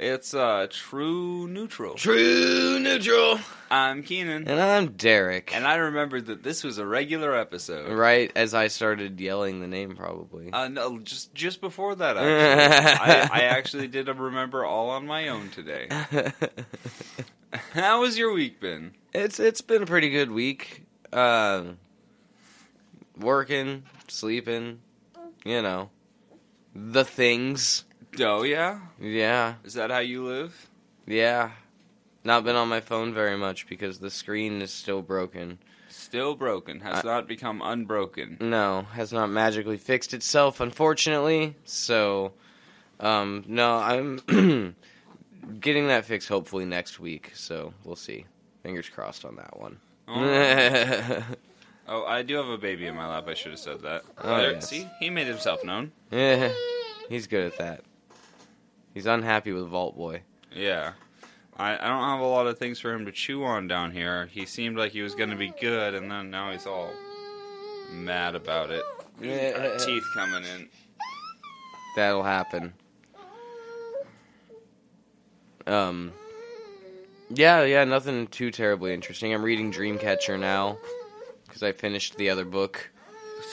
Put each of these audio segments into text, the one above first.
It's uh, True Neutral. True neutral. I'm Keenan. And I'm Derek. And I remembered that this was a regular episode. right as I started yelling the name, probably. Uh, no, just just before that, actually. I, uh, I actually did remember all on my own today. How has your week been? it's it's been a pretty good week. Um, working, sleeping, you know, the things. Oh yeah, Yeah, is that how you live? yeah. Not been on my phone very much because the screen is still broken. Still broken has I- not become unbroken. No, has not magically fixed itself, unfortunately. So, um, no, I'm getting that fixed hopefully next week. So we'll see. Fingers crossed on that one. Oh, Oh, I do have a baby in my lap. I should have said that. Oh, There- yes. See, he made himself known. Yeah, he's good at that. He's unhappy with Vault Boy. Yeah. I, I don't have a lot of things for him to chew on down here. He seemed like he was going to be good, and then now he's all mad about it. Uh, teeth coming in. That'll happen. Um. Yeah, yeah, nothing too terribly interesting. I'm reading Dreamcatcher now because I finished the other book.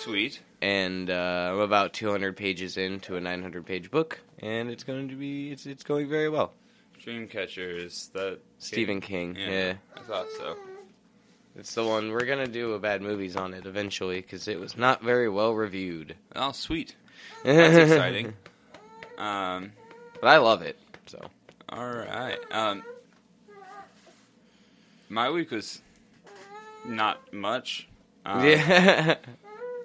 Sweet. and uh, I'm about 200 pages into a 900 page book, and it's going to be it's it's going very well. Dreamcatcher is that. Stephen King, yeah. Yeah. I thought so. it's the one we're gonna do a bad movies on it eventually because it was not very well reviewed. Oh, sweet. That's exciting. Um, but I love it. So all right. Um, my week was not much. Um, yeah,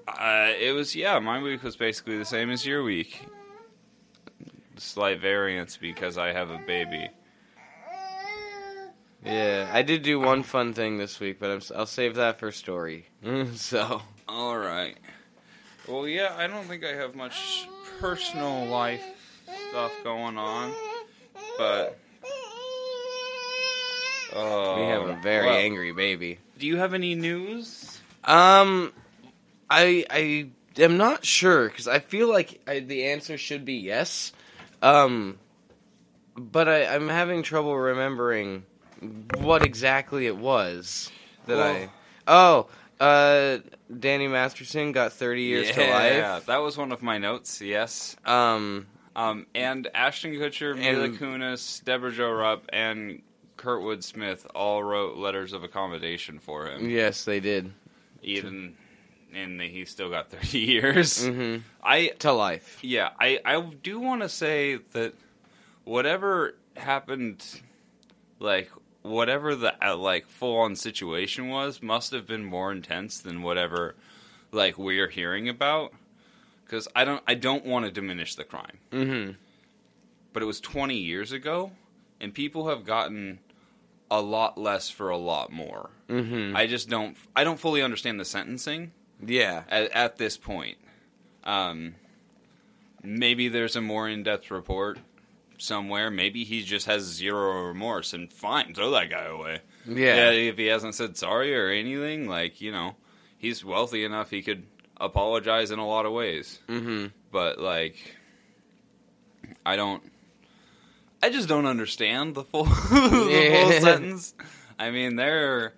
Uh, it was yeah. My week was basically the same as your week. Slight variance because I have a baby. yeah. I did do one fun thing this week, but I'm, s- I'll save that for story. so All right. Well, yeah. I don't think I have much personal life stuff going on, but oh, we have a very well, angry baby. Do you have any news? Um, I I am not sure because I feel like I, the answer should be yes. Um, but I, I'm having trouble remembering what exactly it was that I. Oh, uh, Danny Masterson got 30 years yeah, to that was one of my notes. Yes. life. Um, Um, and Ashton Kutcher, Mila And- Kunis, Deborah Jo Rupp, and Kurtwood Smith all wrote letters of accommodation for him. yes, they did. Even in the he still got thirty years. hmm I To life. yeah, I I do want to say that whatever happened, like whatever the uh, like full on situation was, must have been more intense than whatever like we're hearing about. Because I don't I don't want to diminish the crime hmm but it was 20 years ago, and people have gotten a lot less for a lot more. hmm I just don't. I don't fully understand the sentencing yeah. at, at this point. Um, maybe there's a more in-depth report somewhere. Maybe he just has zero remorse and fine, throw that guy away. Yeah. if he hasn't said sorry or anything, like you know, he's wealthy enough he could apologize in a lot of ways hmm but like I don't I just don't understand the full the full Yeah. sentence. I mean there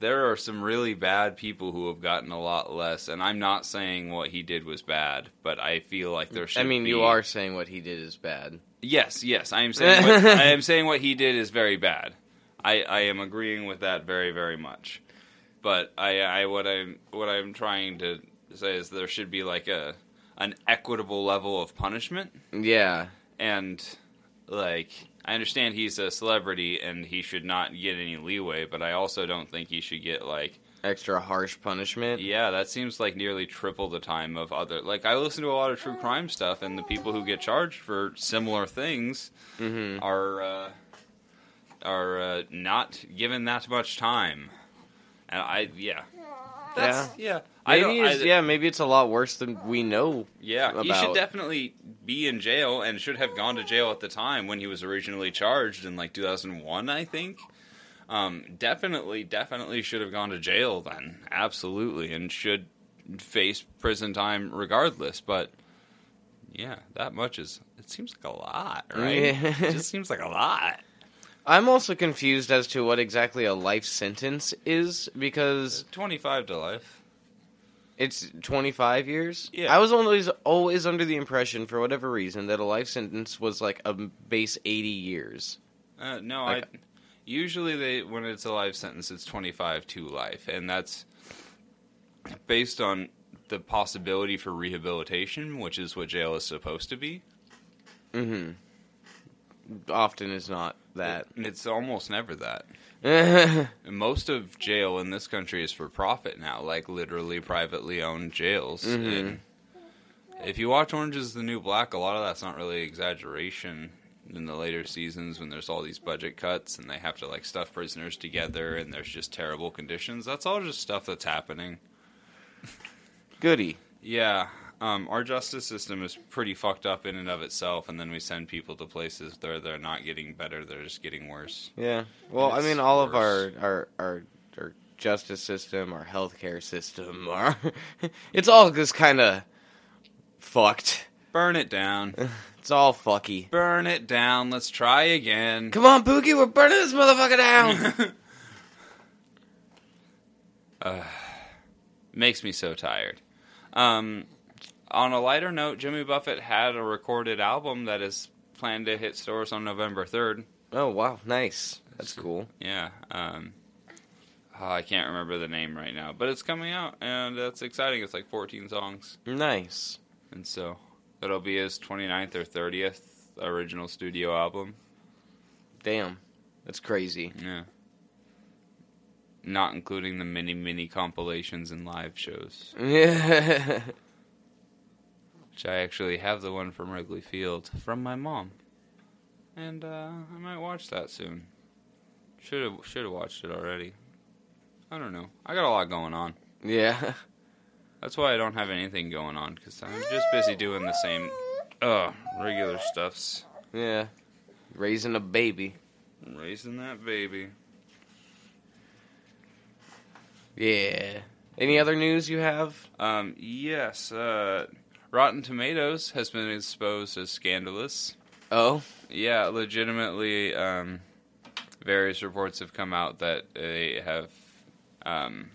there are some really bad people who have gotten a lot less and I'm not saying what he did was bad, but I feel like there should I mean, be- you are saying what he did is bad. Yes, yes, I am saying what, I am saying what he did is very bad. I, I am agreeing with that very very much. But I, I what I'm what I'm trying to say is there should be like a an equitable level of punishment Yeah. and like I understand he's a celebrity and he should not get any leeway, but I also don't think he should get like Extra harsh punishment. yeah, that seems like nearly triple the time of other like I listen to a lot of true crime stuff and the people who get charged for similar things hmm are uh, are uh, not given that much time. And I yeah. That's yeah. I Maybe don't, I, it's, yeah, maybe it's a lot worse than we know. Yeah, he should about- definitely be in jail and should have gone to jail at the time when he was originally charged in like 2001, I think. Um, definitely, definitely should have gone to jail then. Absolutely. And should face prison time regardless. But yeah, that much is, it seems like a lot, right? Yeah. it just seems like a lot. I'm also confused as to what exactly a life sentence is because 25 to life. it's 25 years. Yeah. I was always always under the impression, for whatever reason, that a life sentence was like a base 80 years. Uh, no, Like- I usually they when it's a life sentence, it's 25 to life, and that's based on the possibility for rehabilitation, which is what jail is supposed to be. Mm-hmm. hmm Often is not that. And it's almost never that. And most of jail in this country is for profit now, like literally privately owned jails. Mhm. And if you watch Orange is the New Black, a lot of that's not really exaggeration in the later seasons when there's all these budget cuts and they have to like stuff prisoners together and there's just terrible conditions. That's all just stuff that's happening. Goody. Yeah. Um, our justice system is pretty fucked up in and of itself, and then we send people to places where they're not getting better, they're just getting worse. Yeah. Well, I It's mean, all of our, worse. our our our justice system, our healthcare system, our it's all just kind of fucked. Burn it down. It's all fucky. Burn it down. Let's try again. Come on, Pookie, we're burning this motherfucker down. Ugh. Uh, makes me so tired. Um, on a lighter note, Jimmy Buffett had a recorded album that is planned to hit stores on November 3rd. oh wow, nice. That's cool. Yeah. Um, oh, I can't remember the name right now, but it's coming out, and that's exciting. It's like 14 songs. Nice. And so that'll be his 29th or 30th original studio album. Damn, that's crazy. Yeah. Not including the many, many compilations and live shows, Yeah. which I actually have the one from Wrigley Field from my mom, and uh, I might watch that soon. Should have should have watched it already. I don't know. I got a lot going on. yeah. That's why I don't have anything going on because I'm just busy doing the same, uh, regular stuffs. Yeah. Raising a baby. Raising that baby. Yeah. Any other news you have? Um, yes. Uh, Rotten Tomatoes has been exposed as scandalous. Oh. Yeah, legitimately, um, various reports have come out that they have um,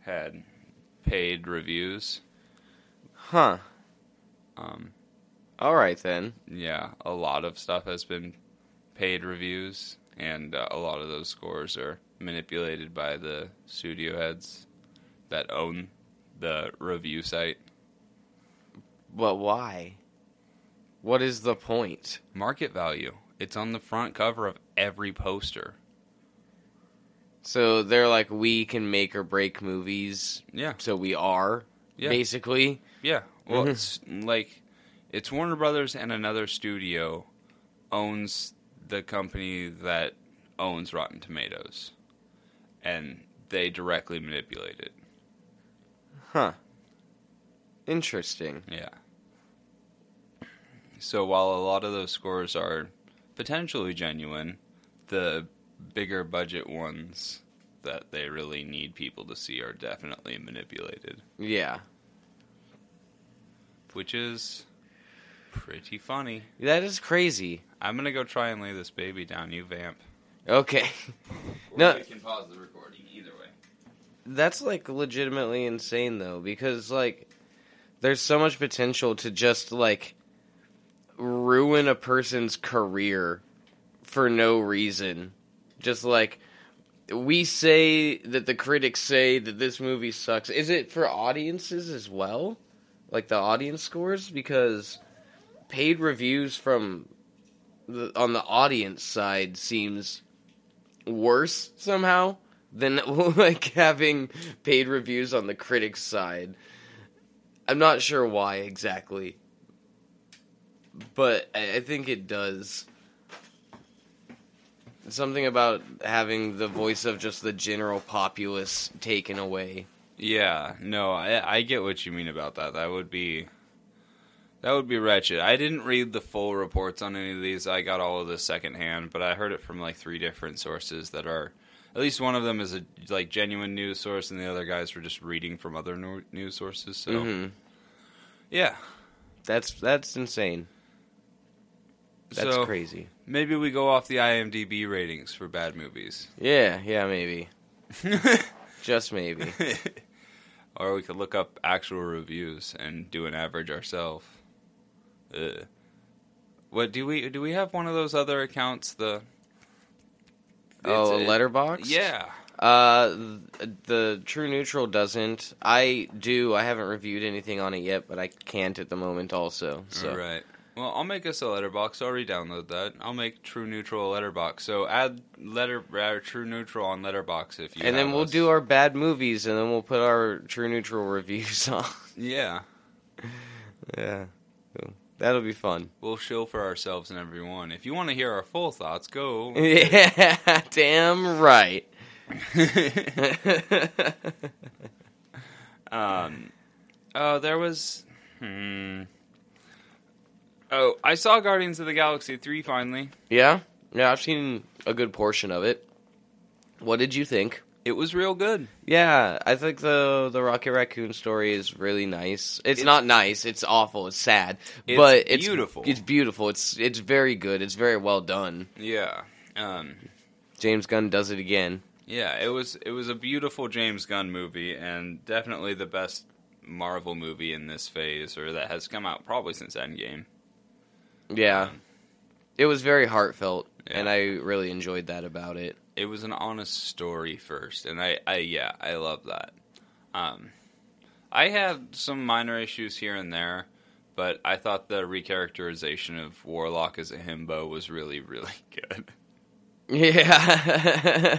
had paid reviews. Huh. Um, All right then. yeah, a lot of stuff has been paid reviews, and uh, a lot of those scores are manipulated by the studio heads that own the review site. But why? What is the point? Market value. It's on the front cover of every poster. So they're like, we can make or break movies, Yeah, so we are, yeah. basically. Yeah. Well, Mhm. it's like it's Warner Brothers and another studio owns the company that owns Rotten Tomatoes, and they directly manipulate it. Huh. Interesting. Yeah. So while a lot of those scores are potentially genuine, the bigger budget ones that they really need people to see are definitely manipulated, Yeah. which is pretty funny. That is crazy. I'm gonna go try and lay this baby down. You vamp. Okay. No. we can pause the recording either way. That's like legitimately insane though, because like there's so much potential to just like ruin a person's career for no reason. Just like we say that the critics say that this movie sucks. Is it for audiences as well? Like the audience scores? Because paid reviews from the, on the audience side seems worse somehow than like having paid reviews on the critics side. I'm not sure why exactly, but I, I think it does. Something about having the voice of just the general populace taken away. Yeah, no, I, I get what you mean about that. That would be that would be wretched. I didn't read the full reports on any of these. I got all of this secondhand, but I heard it from like three different sources that are at least one of them is a like genuine news source, and the other guys were just reading from other nu- news Mm-hmm. sources. So Mhm. yeah, That's that's insane. That's so crazy. maybe we go off the IMDb ratings for bad movies, Yeah, yeah, maybe. Just maybe. or we could look up actual reviews and do an average ourselves. Uh, what do we do? We have one of those other accounts. The oh, a It's- it- letterbox? Yeah, Uh, th- the True Neutral doesn't. I do. I haven't reviewed anything on it yet, but I can't at the moment. Also, so All right. Well, I'll make us a letterbox. I'll re-download that. I'll make True Neutral a letterbox. So add letter uh, True Neutral on Letterbox if you. and then we'll do our bad movies, and then we'll put our True Neutral reviews on. yeah. yeah, So, that'll be fun. We'll shill for ourselves and everyone. If you want to hear our full thoughts, go. yeah, damn right. um, oh, there was. Hmm. Oh, I saw Guardians of the Galaxy three finally. yeah, yeah. I've seen a good portion of it. What did you think? It was real good. Yeah, I think the the Rocket Raccoon story is really nice. It's, not nice. It's awful. It's sad. It's but it's beautiful. It's beautiful. It's it's very good. It's very well done. Yeah. Um. James Gunn does it again. Yeah, it was it was a beautiful James Gunn movie and definitely the best Marvel movie in this phase or that has come out probably since Endgame. Yeah, it was very heartfelt, Yeah. and I really enjoyed that about it. It was an honest story first and I, I yeah, I love that. Um I had some minor issues here and there, but I thought the recharacterization of Warlock as a himbo was really really good. Yeah,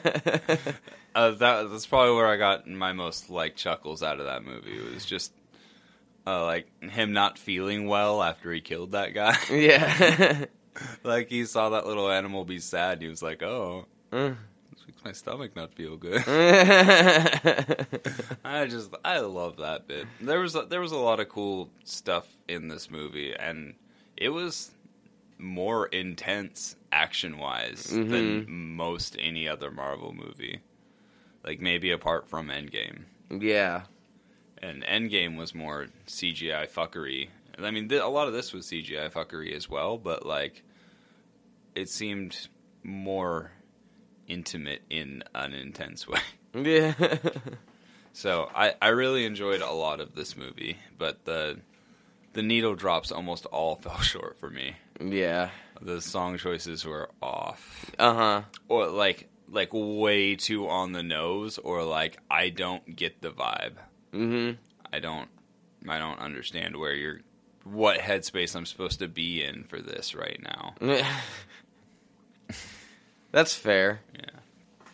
Uh, that that's probably where I got my most like chuckles out of that movie. It was just uh, like him not feeling well after he killed that guy. yeah. like he saw that little animal be sad. And he was like, "Oh, Mm. this makes my stomach not feel good." I just I love that bit. There was a, there was a lot of cool stuff in this movie, and it was more intense action wise Mhm. than most any other Marvel movie. Like maybe apart from Endgame, yeah, and Endgame was more CGI fuckery. I mean, th- a lot of this was CGI fuckery as well, but like, it seemed more intimate in an intense way. yeah. So I, I really enjoyed a lot of this movie, but the the needle drops almost all fell short for me. Yeah. The song choices were off, Uh huh. or like like way too on the nose, or like I don't get the vibe. Mhm. I don't I don't understand where you're what headspace I'm supposed to be in for this right now. That's fair. Yeah.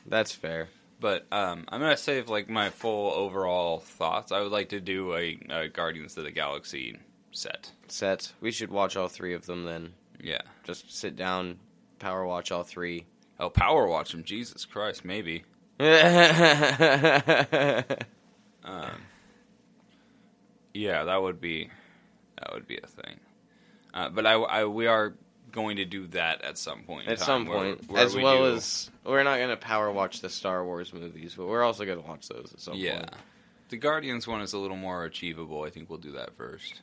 That's fair. But um, I'm gonna save like my full overall thoughts. I would like to do a, a Guardians of the Galaxy set. Set. We should watch all three of them then. Yeah. Just sit down, power watch all three. Oh, power watch him. Jesus Christ, maybe. yeah. Um, yeah, that would be that would be a thing. Uh, but I, I- we are going to do that at some point. in At time, some where- point, where as we well do- as we're not gonna power watch the Star Wars movies, but we're also gonna watch those at some yeah, point. the Guardians one is a little more achievable. I think we'll do that first.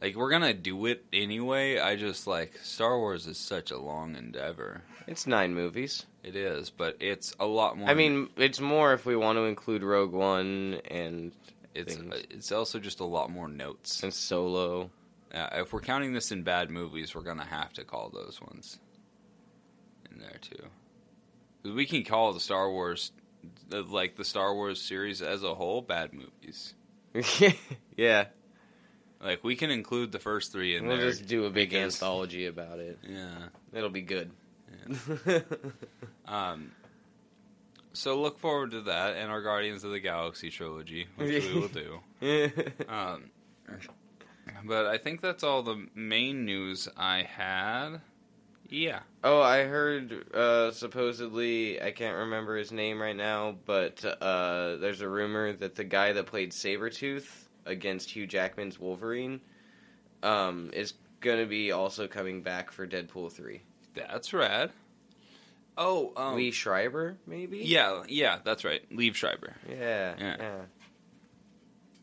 Like we're gonna do it anyway. I just like Star Wars is such a long endeavor. It's nine movies. It is, but it's a lot more. I mean, it's more if we want to include Rogue One and it's uh, things. it's also just a lot more notes. and Solo. Uh, if we're counting this in bad movies, we're gonna have to call those ones in there too. 'Cause we can call the Star Wars, the, like the Star Wars series as a whole, bad movies. yeah, Like we can include the first three in we'll there. just do a big because- anthology about it. Yeah. It'll be good. Um. So look forward to that and our Guardians of the Galaxy trilogy, which we will do. Um, but I think that's all the main news I had. Yeah. oh, I heard uh, supposedly I can't remember his name right now, but uh, there's a rumor that the guy that played Sabretooth against Hugh Jackman's Wolverine um, is gonna be also coming back for Deadpool three. That's rad. Oh, um, Lee Schreiber, maybe? yeah, yeah, that's right. Leave Schreiber. Yeah. Yeah. yeah.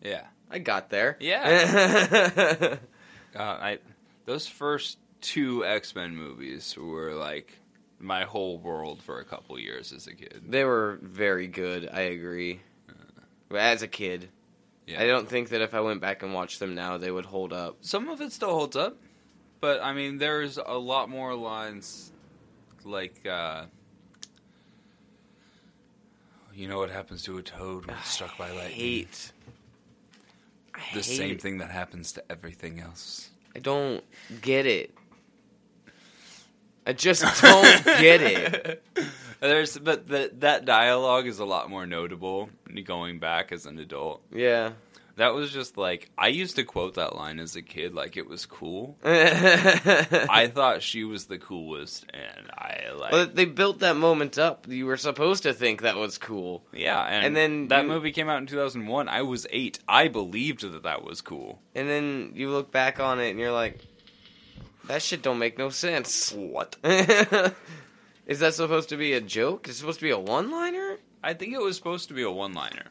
Yeah, I got there. Yeah. uh, I those first two X Men movies were like my whole world for a couple years as a kid. They were very good. I agree. As a kid, Yeah. I don't think that if I went back and watched them now, they would hold up. Some of it still holds up, but I mean, there's a lot more lines like, uh, you know what happens to a toad when it's struck by I lightning? hate. I the hate same it. thing that happens to everything else. I don't get it. I just don't get it. There's, but the, that dialogue is a lot more notable going back as an adult. Yeah. That was just like I used to quote that line as a kid, like it was cool. I I thought she was the coolest, and I like, but they built that moment up. You were supposed to think that was cool. yeah. And, and then that you- movie came out in 2001. I was eight. I believed that that was cool. And then you look back on it and you're like, that shit don't make no sense. What? Is that supposed to be a joke? Is it supposed to be a one liner? I think it was supposed to be a one-liner.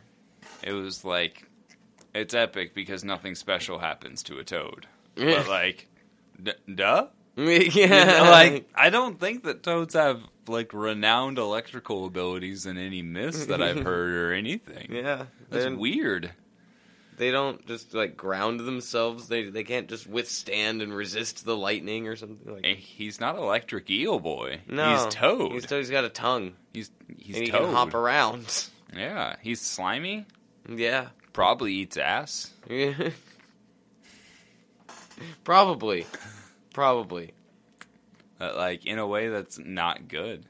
It was like, it's epic because nothing special happens to a toad. But like, d- duh. You yeah. know, like I don't think that toads have like renowned electrical abilities in any myths that I've heard or anything. yeah. That's They're- weird. They don't just like ground themselves. They they can't just withstand and resist the lightning or something like. Eh, He's not electric eel boy. No, he's toad. He's, He's he's got a tongue, he's, and he toad. can hop around. Yeah, he's slimy. Yeah, Probably eats ass. probably, probably. uh, like in a way that's not good.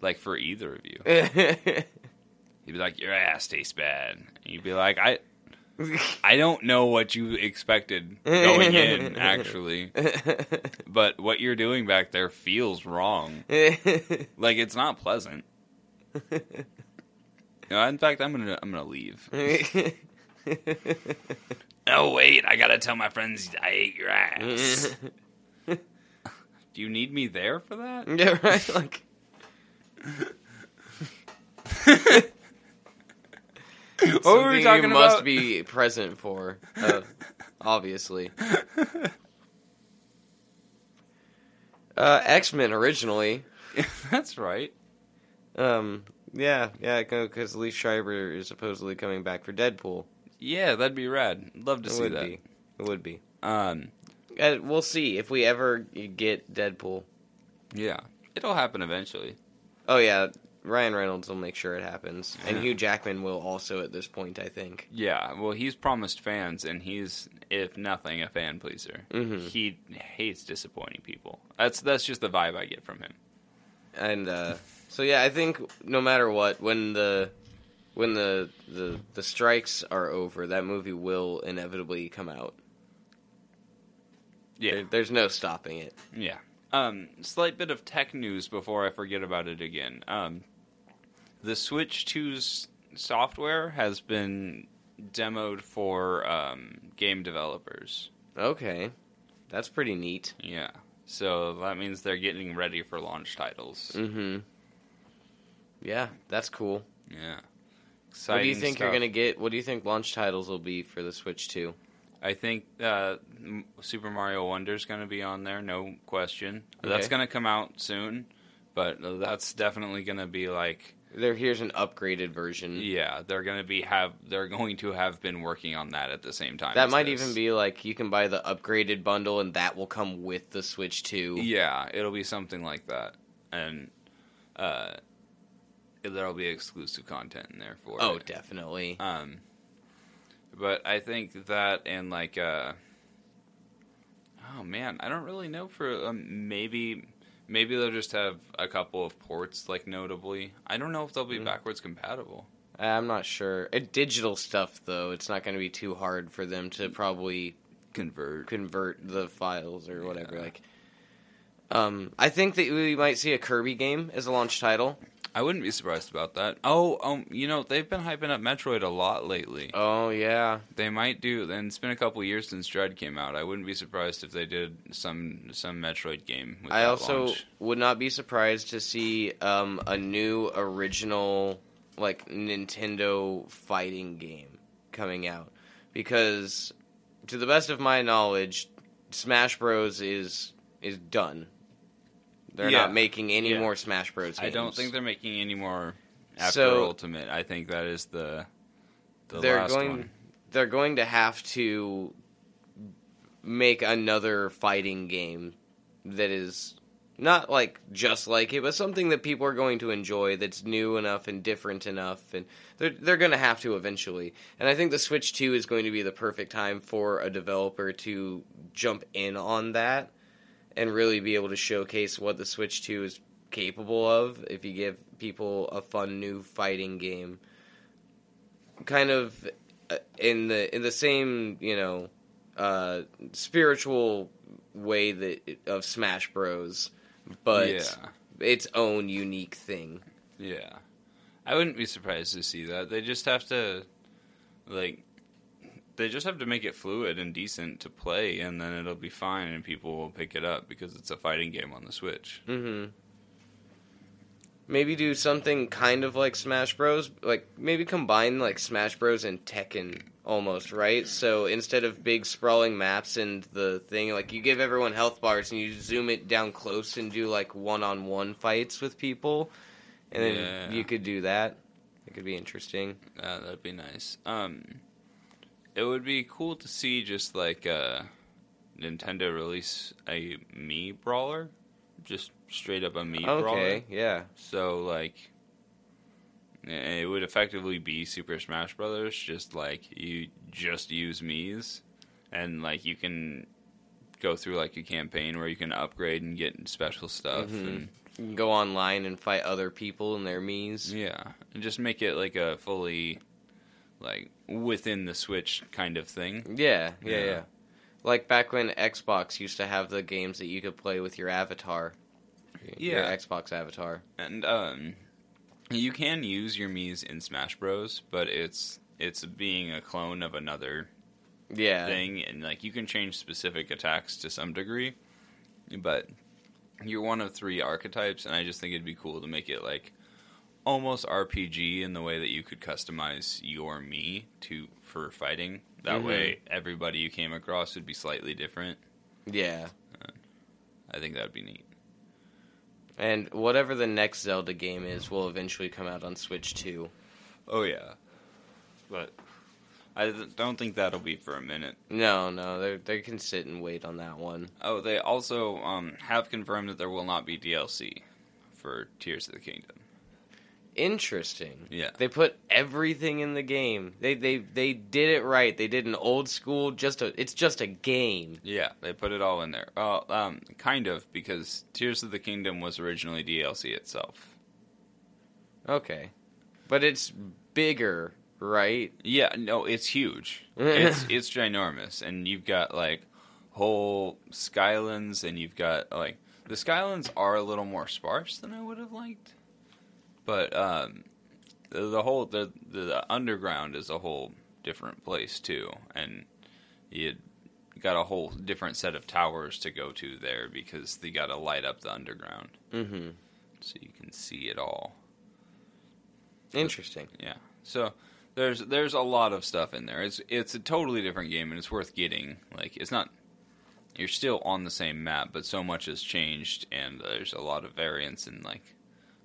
Like for either of you, he'd be like, "Your ass tastes bad." And you'd be like, "I I don't know what you expected going in, actually." but what you're doing back there feels wrong. Like it's not pleasant. You know, in fact, I'm gonna I'm gonna leave. Oh wait, I gotta tell my friends I ate your ass. Do you need me there for that? yeah, right. Like, what something were we talking you about? must be present for, uh, obviously. Uh, X Men originally. That's right. Um, yeah, yeah, because Lee Schreiber is supposedly coming back for Deadpool. Yeah, that'd be rad. Love to It see would that. be. It would be. Um, Uh, we'll see if we ever get Deadpool. yeah, it'll happen eventually. Oh yeah, Ryan Reynolds will make sure it happens, and Yeah. Hugh Jackman will also at this point, I think. Yeah, well, he's promised fans, and he's, if nothing, a fan pleaser. Mhm. He hates disappointing people. That's that's just the vibe I get from him. And uh, so yeah, I think no matter what, when the when the, the the strikes are over, that movie will inevitably come out. Yeah, There- there's no stopping it. Yeah. Um, slight bit of tech news before I forget about it again. Um, the Switch 2's software has been demoed for um, game developers. Okay, that's pretty neat. Yeah. So that means they're getting ready for launch titles. Mm-hmm. Yeah, that's cool. Yeah. Exciting What do you think you're stuff. gonna get? What do you think launch titles will be for the Switch Two? I think uh, M- Super Mario Wonder's going to be on there, no question. That's Okay. going to come out soon, but uh, that's definitely going to be like There, here's an upgraded version. Yeah, they're gonna be have they're going to have been working on that at the same time. That as might this. even be like you can buy the upgraded bundle, and that will come with the Switch Two. yeah, it'll be something like that, and uh, there'll be exclusive content in there for Oh, it. definitely. Um, but I think that and like uh, oh man, I don't really know for um, maybe maybe they'll just have a couple of ports like notably. I don't know if they'll be Mhm. backwards compatible. I'm not sure. Uh, digital stuff, though, it's not going to be too hard for them to probably Convert. convert the files or whatever. Yeah. Like, um, I think that we might see a Kirby game as a launch title. I wouldn't be surprised about that. Oh, um, you know they've been hyping up Metroid a lot lately. Oh yeah, They might do. And it's been a couple years since Dread came out. I wouldn't be surprised if they did some some Metroid game. With I that also launch. would not be surprised to see um, a new original like Nintendo fighting game coming out because to the best of my knowledge Smash Bros is is done. They're Yeah. not making any Yeah. more Smash Bros. I don't games. think they're making any more after So- Ultimate. I think that is the the they're last going one. they're going to have to make another fighting game that is not like just like it, but something that people are going to enjoy that's new enough and different enough and they're they're gonna have to eventually. And I think the Switch two is going to be the perfect time for a developer to jump in on that and really be able to showcase what the Switch two is capable of if you give people a fun new fighting game kind of uh, in the in the same you know uh, spiritual way that of Smash Bros, but yeah, its own unique thing. yeah. I wouldn't be surprised to see that. They just have to like they just have to make it fluid and decent to play, and then it'll be fine, and people will pick it up because it's a fighting game on the Switch. hmm Maybe do something kind of like Smash Bros. Like maybe combine like Smash Bros. and Tekken almost, right? So instead of big sprawling maps and the thing, like you give everyone health bars and you zoom it down close and do like one on one fights with people, and then Yeah. you could do that. It could be interesting. Uh, that'd be nice. Um, it would be cool to see just like uh, Nintendo release a Mii brawler, just straight up a Mii brawler. okay, yeah, So like, eh, it would effectively be Super Smash Brothers. Just like you just use Mii's, and like you can go through like a campaign where you can upgrade and get special stuff. Mhm. And, you can go online and fight other people and their me's. yeah, and just make it like a fully like within the Switch kind of thing. Yeah, yeah, Yeah. yeah. Like back when Xbox used to have the games that you could play with your avatar. Your Yeah. Xbox avatar. And um, you can use your Mii's in Smash Bros, but it's it's being a clone of another Yeah. thing, and like you can change specific attacks to some degree, but you're one of three archetypes, and I just think it'd be cool to make it like almost RPG in the way that you could customize your me to for fighting. That Mhm. way, everybody you came across would be slightly different. Yeah. I think that'd be neat. And whatever the next Zelda game is will eventually come out on Switch 2. Oh yeah, but I th- don't think that'll be for a minute. No, no, they they can sit and wait on that one. Oh, they also um, have confirmed that there will not be DLC for Tears of the Kingdom. Interesting. Yeah. They put everything in the game. They they they did it right. They did an old school just a it's just a game. Yeah, they put it all in there. Well, um, kind of, because Tears of the Kingdom was originally DLC itself. Okay. But it's bigger, right? Yeah, no, it's huge. it's it's ginormous, and you've got like whole Skylands, and you've got like the Skylands are a little more sparse than I would have liked, but um, the, the whole the, the the underground is a whole different place too, and you got a whole different set of towers to go to there because they got to light up the underground. Mm-hmm. so you can see it all. Interesting. Yeah. So there's there's a lot of stuff in there. It's it's a totally different game and it's worth getting. Like it's not you're still on the same map, but so much has changed and there's a lot of variance in like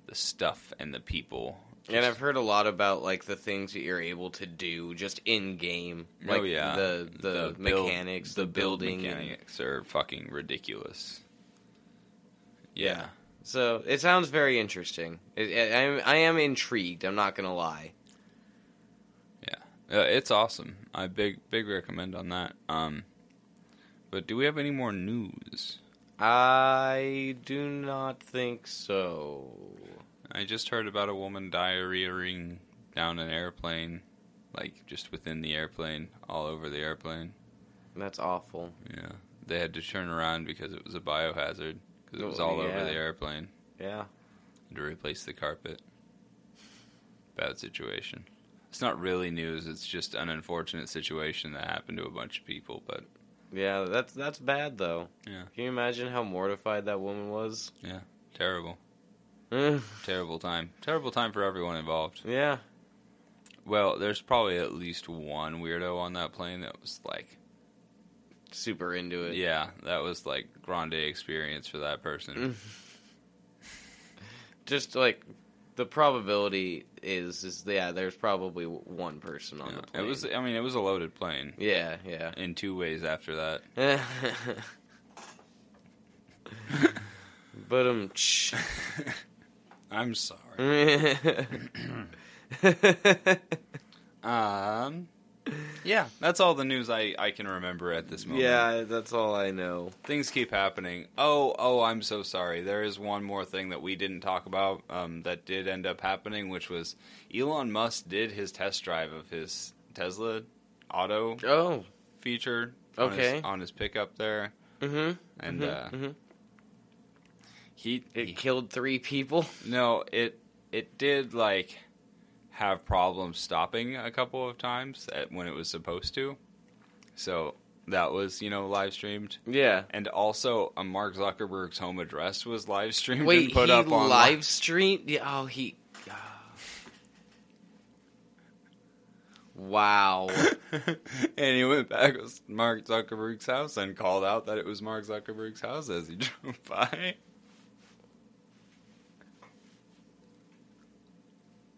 the stuff and the people. And I've heard a lot about like the things that you're able to do just in game, Oh, like yeah. the the, build- mechanics, the, build building. and- mechanics are fucking ridiculous. yeah. Yeah. So it sounds very interesting. It, I, I'm I am intrigued. I'm not gonna lie. Uh, it's awesome. I big big recommend on that. Um, but do we have any more news? I do not think so. I just heard about a woman diarrheaing down an airplane, like just within the airplane, all over the airplane. That's awful. Yeah, they had to turn around because it was a biohazard because it was Oh, all over yeah. the airplane Yeah. to replace the carpet. Bad situation. It's not really news. It's just an unfortunate situation that happened to a bunch of people. But Yeah. That's that's bad though. Yeah. Can you imagine how mortified that woman was? terrible, Mm, terrible time, terrible time for everyone involved. yeah. Well, there's probably at least one weirdo on that plane that was like super into it. Yeah, that was like grande experience for that person. Just like the probability is is yeah, there's probably w- one person on Yeah. the plane. It was. I mean, it was a loaded plane yeah, yeah. in two ways after that. but um I'm sorry. Yeah, Um. Yeah, that's all the news I, I can remember at this moment. that's all I know. things keep happening. Oh, oh, I'm so sorry. There is one more thing that we didn't talk about um, that did end up happening, which was Elon Musk did his test drive of his Tesla auto Oh. feature on Okay. his, on his pickup there, Mm-hmm. and uh, mhm. he, it he- killed three people. no, it it did like have problems stopping a couple of times at, when it was supposed to, so that was you know live streamed. Yeah. And also, uh, Mark Zuckerberg's home address was live streamed Wait, and put he up on live stream? Yeah, oh, he. ah. Wow. and he went back to Mark Zuckerberg's house and called out that it was Mark Zuckerberg's house as he drove by.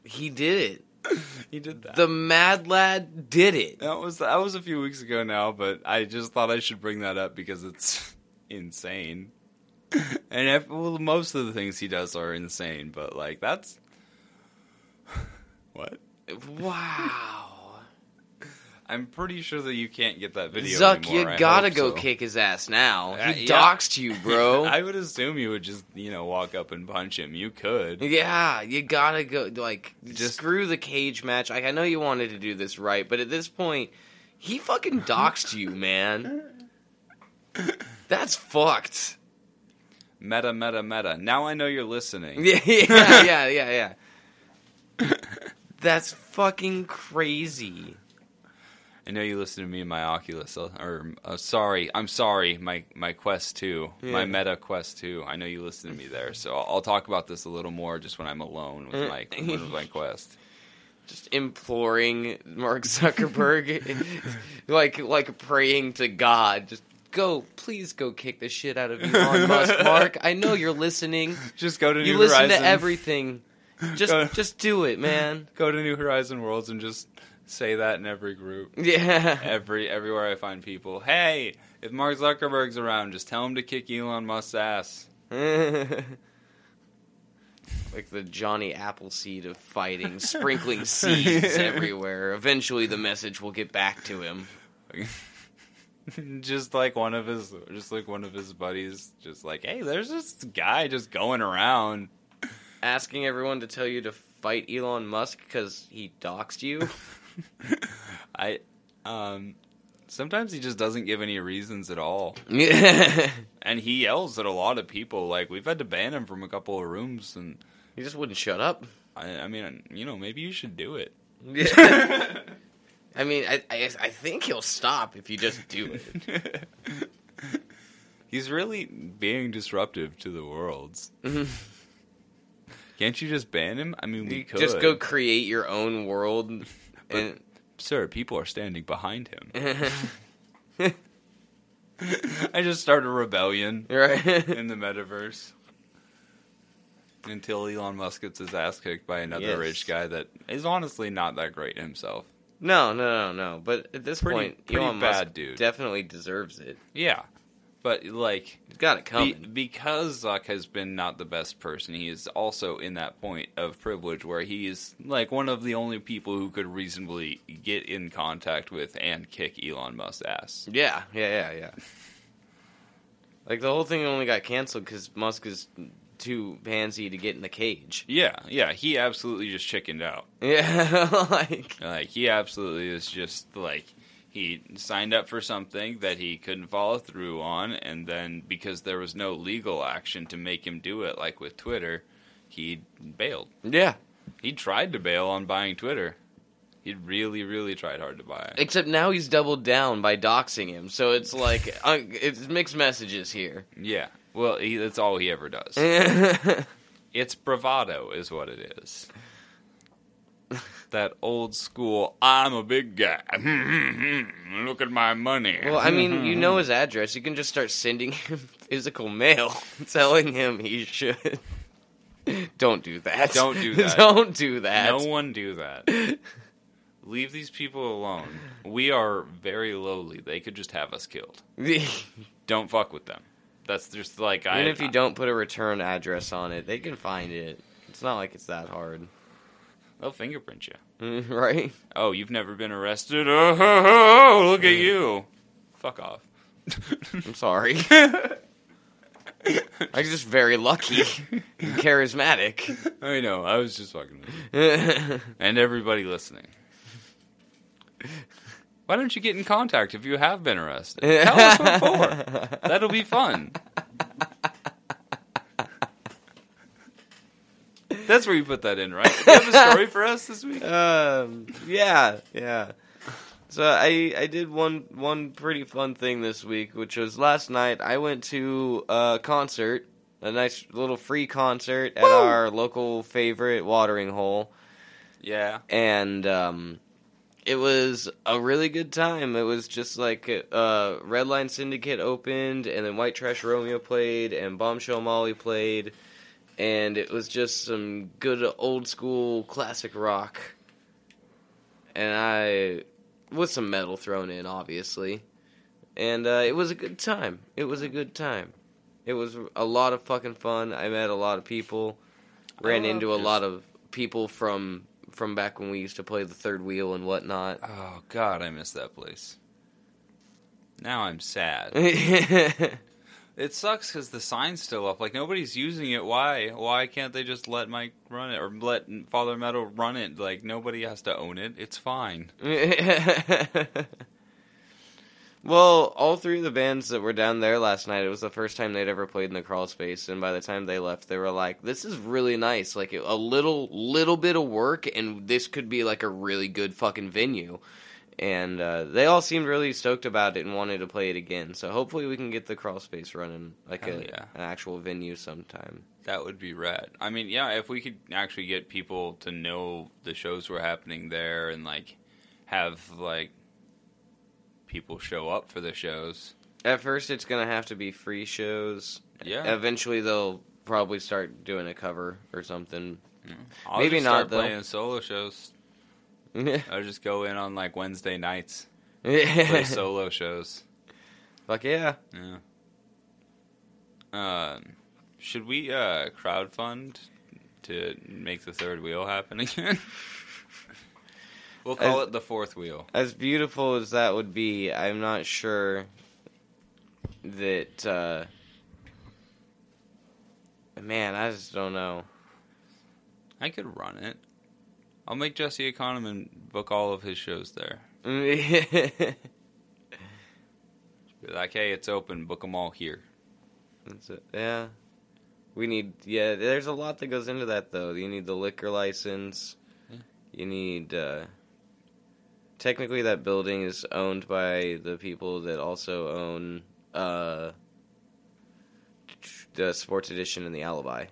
he did it. He did that. The mad lad did it. that was that was a few weeks ago now, but I just thought I should bring that up because it's insane. And if, well, most of the things he does are insane, but like that's what Wow. I'm pretty sure that you can't get that video. Zuck, anymore, I you gotta hope go so. kick his ass now. Uh, he yeah. doxed you, bro. I would assume you would just you know walk up and punch him. You could. yeah, you gotta go. Like, Just- screw the cage match. Like, I know you wanted to do this right, but at this point, he fucking doxed you, man. That's fucked. Meta, meta, meta. Now I know you're listening. Yeah, yeah, yeah, yeah, yeah. That's fucking crazy. I know you listen to me and my Oculus, uh, or uh, sorry, I'm sorry, my my Quest Two, Yeah. my Meta Quest Two. I know you listen to me there, so I'll, I'll talk about this a little more just when I'm alone with my with my Quest. Just imploring Mark Zuckerberg, like like praying to God, just go, please go kick the shit out of Elon Musk, Mark. I know you're listening. Just go to You New listen Horizon. to everything. Go- Just just do it, man. Go to New Horizon Worlds and just say that in every group, Yeah. every everywhere I find people. Hey, if Mark Zuckerberg's around, just tell him to kick Elon Musk's ass. like the Johnny Appleseed of fighting, sprinkling seeds everywhere. Eventually, the message will get back to him. just like one of his just like one of his buddies just like hey there's this guy just going around Asking everyone to tell you to fight Elon Musk because he doxed you. i um sometimes he just doesn't give any reasons at all Yeah. and he yells at a lot of people like we've had to ban him from a couple of rooms and he just wouldn't shut up. i, I mean you know maybe you should do it I mean, I, I I think he'll stop if you just do it. he's really being disruptive to the worlds can't you just ban him i mean we You could Just go create your own world. And sir people are standing behind him I just start a rebellion right. in the metaverse until Elon Musk gets his ass kicked by another Yes. rich guy that is honestly not that great himself. No, no, no, no. But at this Pretty- point, pretty Elon Musk bad dude. definitely deserves it. Yeah, but like He's got it be- coming. because Zuck has been not the best person, he is also in that point of privilege where he is like one of the only people who could reasonably get in contact with and kick Elon Musk's ass. yeah, yeah, yeah, yeah. Like the whole thing only got canceled because Musk is too pansy to get in the cage. Yeah, yeah, he absolutely just chickened out. Yeah, like Like he absolutely is just like he signed up for something that he couldn't follow through on, and then because there was no legal action to make him do it, like with Twitter, he bailed. yeah. He tried to bail on buying Twitter. He really, really tried hard to buy. it. Except now he's doubled down by doxing him, so it's like uh, it's mixed messages here. Yeah. Well, he, that's all he ever does. It's bravado, is what it is. that old school I'm a big guy. Look at my money. Well, I mean, you know his address. You can just start sending him physical mail telling him he should. Don't do that. Don't do that. Don't do that. No one do that. Leave these people alone. We are very lowly. They could just have us killed. Even Don't fuck with them. That's just like I. if you don't put a return address on it, they can find it. It's not like it's that hard. they'll fingerprint you. Mm, Right? Oh, you've never been arrested. Oh, ho, ho, look at you. Fuck off. I'm sorry. I'm just very lucky and charismatic. I know. I was just fucking. with you. And everybody listening. Why don't you get in contact if you have been arrested? Tell us what for. That'll be fun. That's where you put that in, right? You have a story for us this week? um, yeah, yeah. So I I did one one pretty fun thing this week, which was last night. I went to a concert, a nice little free concert at our local favorite watering hole, Yeah. and um, it was a really good time. It was just like uh, Red Line Syndicate opened, and then White Trash Romeo played, and Bombshell Molly played, and it was just some good old school classic rock, and I with some metal thrown in, obviously, and uh, it was a good time. It was a good time. It was a lot of fucking fun. I met a lot of people, ran love into a Oh, just- lot of people from from back when we used to play the third wheel and whatnot. Oh, God, I miss that place. Now I'm sad. yeah, It sucks because the sign's still up. Like, nobody's using it. Why? Why can't they just let Mike run it or let Father Metal run it? Like, nobody has to own it. It's fine. well, all three of the bands that were down there last night, it was the first time they'd ever played in the crawl space, and by the time they left, they were like, "This is really nice. Like a little, little bit of work, and this could be like a really good fucking venue." And uh, they all seemed really stoked about it and wanted to play it again. So hopefully we can get the crawl space running like Hell a, yeah. an actual venue sometime. That would be rad. I mean, yeah, if we could actually get people to know the shows were happening there and like have like people show up for the shows. At first, it's gonna have to be free shows. Yeah. Eventually, they'll probably start doing a cover or something. I'll Maybe just start not, though. playing solo shows. I'll just go in on like Wednesday nights, play Like solo shows. yeah. Yeah. Um, should we uh crowdfund to make the third wheel happen again? we'll call I- it the fourth wheel. As beautiful as that would be, I'm not sure that. Uh, man, I just don't know. I could run it. I'll make Jesse Economan book all of his shows there. That's Be like, hey, it's open. Book them all here. it. Yeah. We need. Yeah, there's a lot that goes into that, though. You need the liquor license. Yeah. You need. Uh, technically, that building is owned by the people that also own uh, the Sports Edition and the Alibi.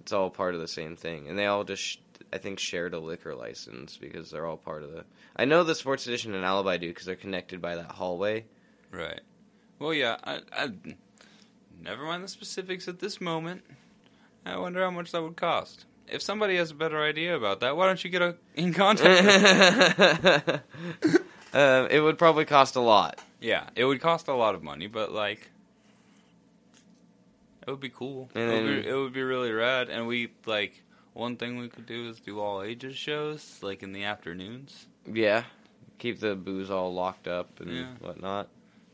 It's all part of the same thing, and they all just, sh- I think, shared a liquor license because they're all part of the. I know the Sports Edition and Alibi do because they're connected by that hallway. Right. Well, yeah. I, I never mind the specifics at this moment. I wonder how much that would cost. If somebody has a better idea about that, why don't you get a, in contact? with- um, it would probably cost a lot. yeah, it would cost a lot of money, but like, it would be cool. And it, would then- be, it would be really rad. And we like one thing we could do is do all ages shows, like in the afternoons. Yeah, keep the booze all locked up and Yeah. whatnot.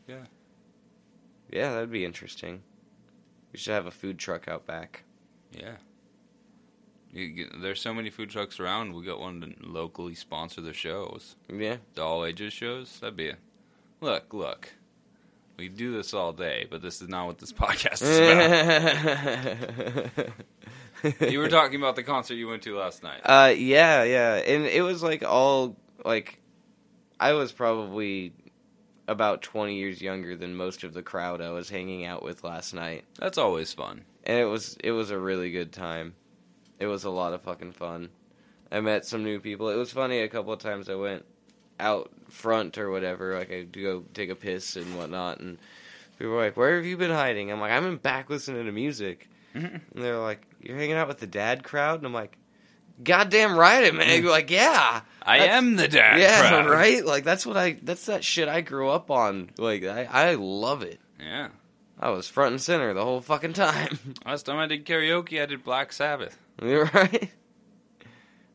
Yeah. yeah, that'd be interesting. We should have a food truck out back. Yeah. You get, there's so many food trucks around. We got one to locally sponsor the shows, Yeah, the all ages shows. That'd be a look. Look, we do this all day, but this is not what this podcast is about. you were talking about the concert you went to last night. Uh, yeah, yeah, and it was like all like, I was probably about twenty years younger than most of the crowd I was hanging out with last night, That's always fun. and it was it was a really good time. It was a lot of fucking fun. I met some new people. It was funny a couple of times I went out front or whatever, like I go take a piss and whatnot, and people were like, "Where have you been hiding?" I'm like, "I'm in back listening to music," Mhm. and they're like, "You're hanging out with the dad crowd," and I'm like, "Goddamn right, it man!" You're like, "Yeah." Hmm. I That's- am the dad. yeah, crowd. right. Like that's what I. That's that shit I grew up on. Like I, I love it. Yeah. I was front and center the whole fucking time. Last time I did karaoke, I did Black Sabbath. You're right.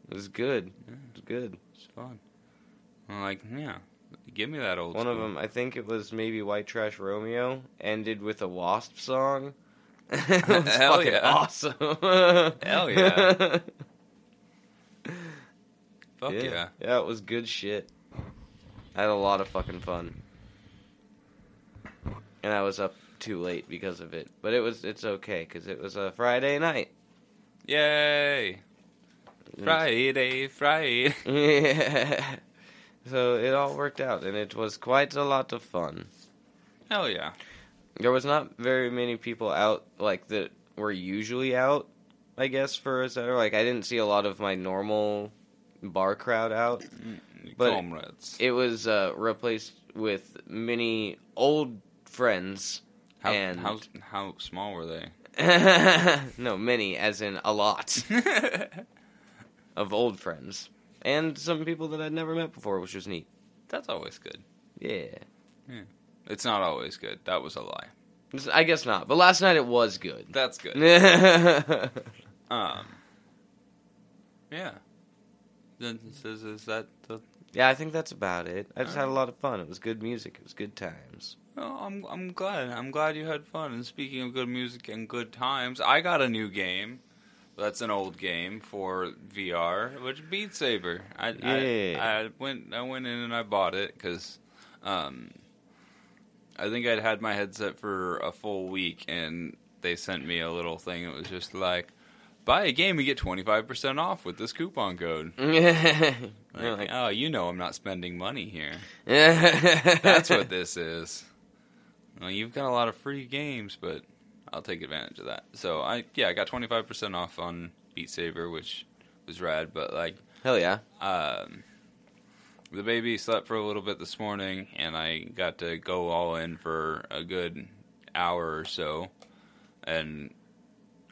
It was good. It was good. It's fun. I'm like, yeah, give me that old One of school. them, I think it was maybe White Trash Romeo, ended with a Wasp song. it was Hell fucking yeah. awesome. Hell yeah. Fuck yeah. yeah. it was good shit. I had a lot of fucking fun. And I was up too late because of it. But it was it's okay cuz it was a Friday night. Yay! Friday, Friday. Yeah. So it all worked out and it was quite a lot of fun. Hell yeah. There was not very many people out like that were usually out, I guess for a Saturday. Like I didn't see a lot of my normal bar crowd out. But- Comrades. It was uh, replaced with many old friends. How, and- how, how small were they? no, many, as in a lot of old friends, and some people that I'd never met before, which was neat. That's always good. Yeah, It's not always good. That was a lie. I guess not. But last night it was good. That's good. yeah, Um. Yeah. Then this is, is that the? I think that's about it. I just had a lot of fun. It was good music. It was good times. Oh, I'm I'm glad. I'm glad you had fun. And speaking of good music and good times, I got a new game. That's an old game for VR, which Beat Saber. I I, Yeah. I went I went in and I bought it because, um, I think I'd had my headset for a full week and they sent me a little thing. that was just like, buy a game and get twenty five percent off with this coupon code. Like, Like- oh, you know I'm not spending money here. That's that's what this is. Well, you've got a lot of free games, but I'll take advantage of that. So I yeah, I got 25% off on Beat Saber, which was rad, but like Hell yeah. um the baby slept for a little bit this morning and I got to go all in for a good hour or so and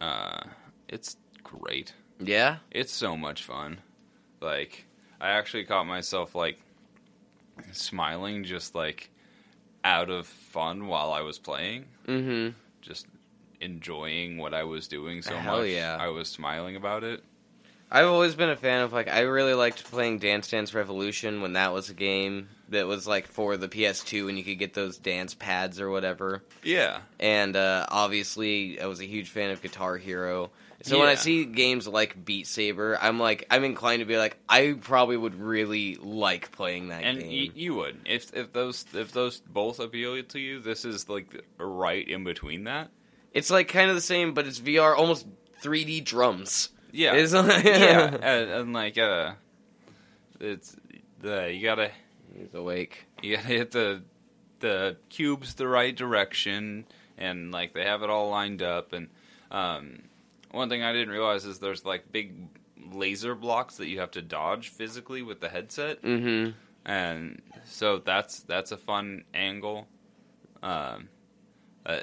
uh it's great. Yeah. It's so much fun. Like I actually caught myself like smiling just like out of fun while I was playing, Mm-hmm. just enjoying what I was doing so Hell much. yeah. I was smiling about it. I've always been a fan of like I really liked playing Dance Dance Revolution when that was a game that was like for the PS2 and you could get those dance pads or whatever. Yeah. And uh, obviously, I was a huge fan of Guitar Hero. So when I Yeah. see games like Beat Saber, I'm like I'm inclined to be like I probably would really like playing that And y- game. you would. If if those if those both appeal to you, this is like right in between that. it's like kind of the same, but it's VR, almost 3D drums. Yeah. It's like- yeah. And, and like uh it's the you got to He's awake. you gotta hit the the cubes the right direction and like they have it all lined up and um, one thing i didn't realize is there's like big laser blocks that you have to dodge physically with the headset Mm-hmm. and so that's that's a fun angle um, uh,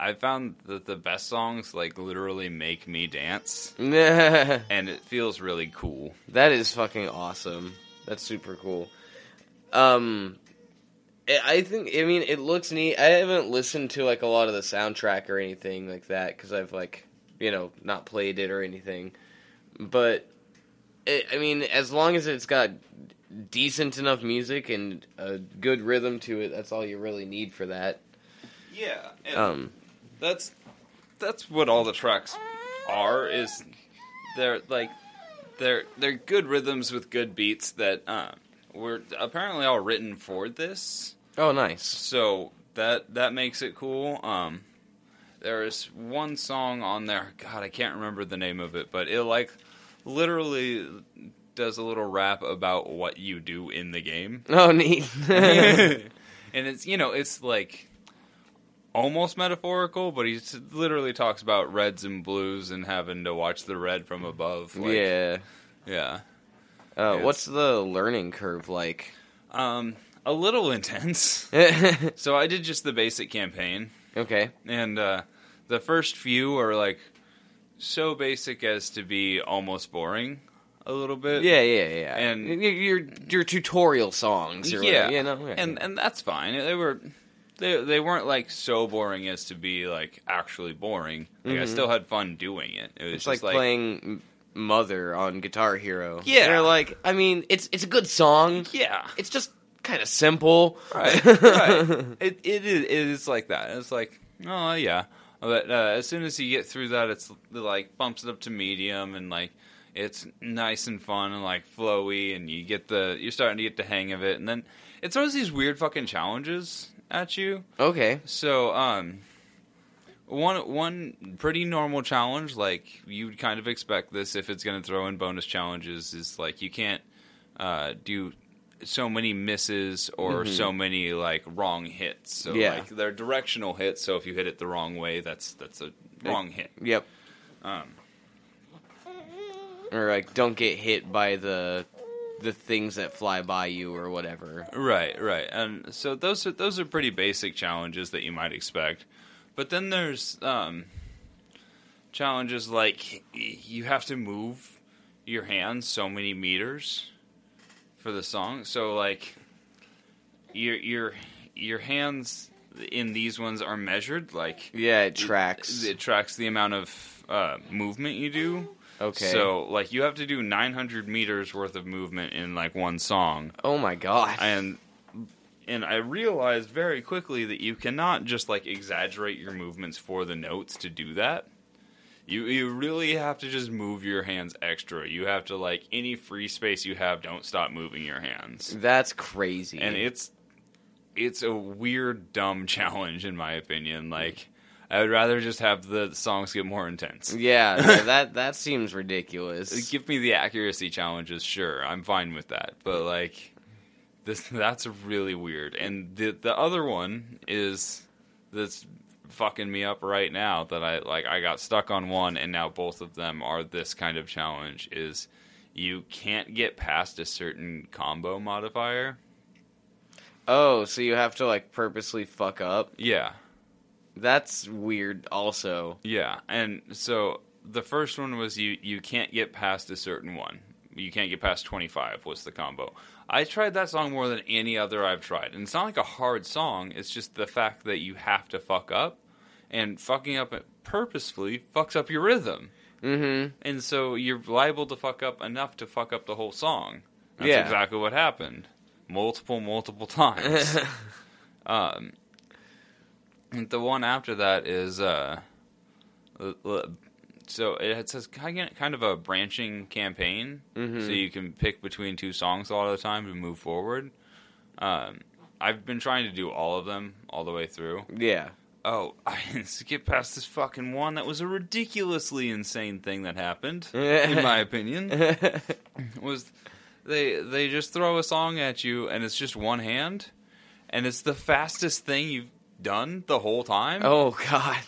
i found that the best songs like literally make me dance that and it feels really cool is fucking awesome. That's super cool. Um, I I think I mean it looks neat. I haven't listened to like a lot of the soundtrack or anything like that because I've like you know not played it or anything. But it, I mean, as long as it's got decent enough music and a good rhythm to it, that's all you really need for that. yeah Um, that's that's what all the tracks are is they're like they're they're good rhythms with good beats that uh, were apparently all written for this oh, nice. so that that makes it cool um there is one song on there god i can't remember the name of it but it like literally does a little rap about what you do in the game Oh, neat. and it's you know it's like almost metaphorical, but he s- literally talks about reds and blues and having to watch the red from above. Like, yeah. yeah. Uh, Yes. What's the learning curve like? Um, a little intense. okay. So I did just the basic campaign, and uh, the first few are like so basic as to be almost boring a little Yeah, bit. yeah, yeah. and- Y- y- your your tutorial songs, or Yeah. whatever, you know, yeah. and and that's fine. They were they they weren't like so boring as to be like actually boring. Like I Mhm. still had fun doing it. It was it's just like, like, playing M- Mother on Guitar Hero. Yeah. they're like, I mean, it's it's a good song. yeah, It's just kind of simple. right, right. It it is, it is like that. It's like oh yeah, but uh, as soon as you get through that, it's it, like bumps it up to medium and like. It's nice and fun and like flowy, and you get the you're starting to get the hang of it, and then it throws these weird fucking challenges at you. okay. So, um, one one pretty normal challenge, like you'd kind of expect this if it's going to throw in bonus challenges, is like you can't uh, do so many misses or Mhm. so many like wrong hits. So Yeah. like they're directional hits. So if you hit it the wrong way, that's that's a wrong hit. Yep. Um, Or like, don't get hit by the the things that fly by you or whatever. Right, right, and so those are those are pretty basic challenges that you might expect, but then there's um, challenges like y- you have to move your hands so many meters for the song. So like your your your hands in these ones are measured. Like Yeah, it tracks. It, it tracks the amount of uh, movement you do. okay. So like you have to do 900 meters worth of movement in like one song oh my god. and and I realized very quickly that you cannot just like exaggerate your movements for the notes to do that. You you really have to just move your hands extra. You have to like any free space you have, don't stop moving your hands. That's crazy. And it's it's a weird dumb challenge in my opinion. Like I would rather just have the songs get more intense. yeah, no, that that seems ridiculous. Give me the accuracy challenges, sure. I'm fine with that. But like this that's really weird. And the the other one is that's fucking me up right now that I like I got stuck on one and now both of them are this kind of challenge is you can't get past a certain combo modifier. Oh, so you have to like purposely fuck up. Yeah. That's weird. Also, Yeah, and so the first one was you you can't get past a certain one. You can't get past 25 was the combo. I tried that song more than any other I've tried. And it's not like a hard song, it's just the fact that you have to fuck up and fucking up purposefully fucks up your rhythm. mm-hmm. And so you're liable to fuck up enough to fuck up the whole song. That's Yeah. exactly what happened. Multiple multiple times. Um, and the one after that is uh, l- l- so it says ki- kind of a branching campaign, Mhm. so you can pick between two songs a lot of the time to move forward. Um, I've been trying to do all of them all the way through. yeah. Oh, I didn't skip past this fucking one. That was a ridiculously insane thing that happened, in my opinion. Was they they just throw a song at you and it's just one hand, and it's the fastest thing you've done the whole time. oh god.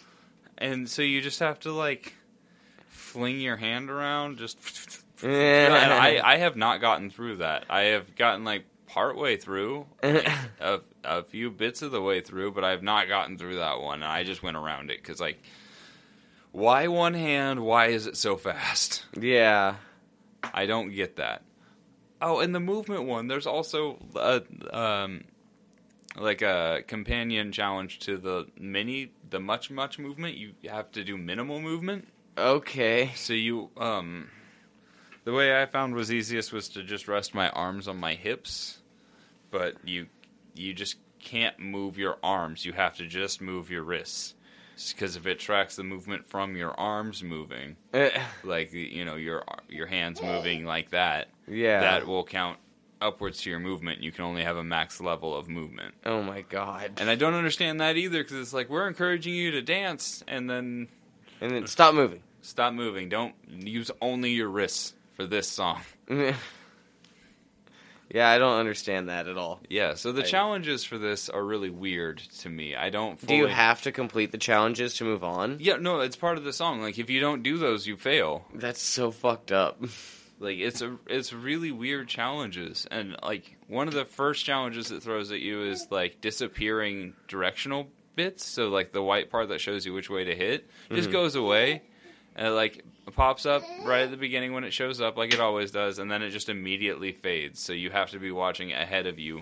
And so you just have to like fling your hand around. Just and I I, I have not gotten through that. I have gotten like part way through, a a few bits of the way through, but I've not gotten through that one. I just went around it because like. Why one hand? Why is it so fast? yeah. I don't get that. Oh, and the movement one. There's also a, um, like a companion challenge to the mini, the much much movement. You have to do minimal movement. Okay. So you, um, the way I found was easiest was to just rest my arms on my hips, but you, you just can't move your arms. You have to just move your wrists, because if it tracks the movement from your arms moving, Uh, like you know your your hands moving like that, yeah. that will count upwards to your movement. You can only have a max level of movement. oh my god. And I don't understand that either because it's like we're encouraging you to dance and then And then stop moving. stop moving. Don't use only your wrists for this song. yeah, I don't understand that at all. Yeah, so the I- challenges for this are really weird to me. I don't Do you fully- have to complete the challenges to move on? Yeah, no, it's part of the song. Like if you don't do those, you fail. That's so fucked up. like it's a it's really weird challenges and like one of the first challenges it throws at you is like disappearing directional bits so like the white part that shows you which way to hit just goes away and it, like pops up right at the beginning when it shows up like it always does and then it just immediately fades so you have to be watching ahead of you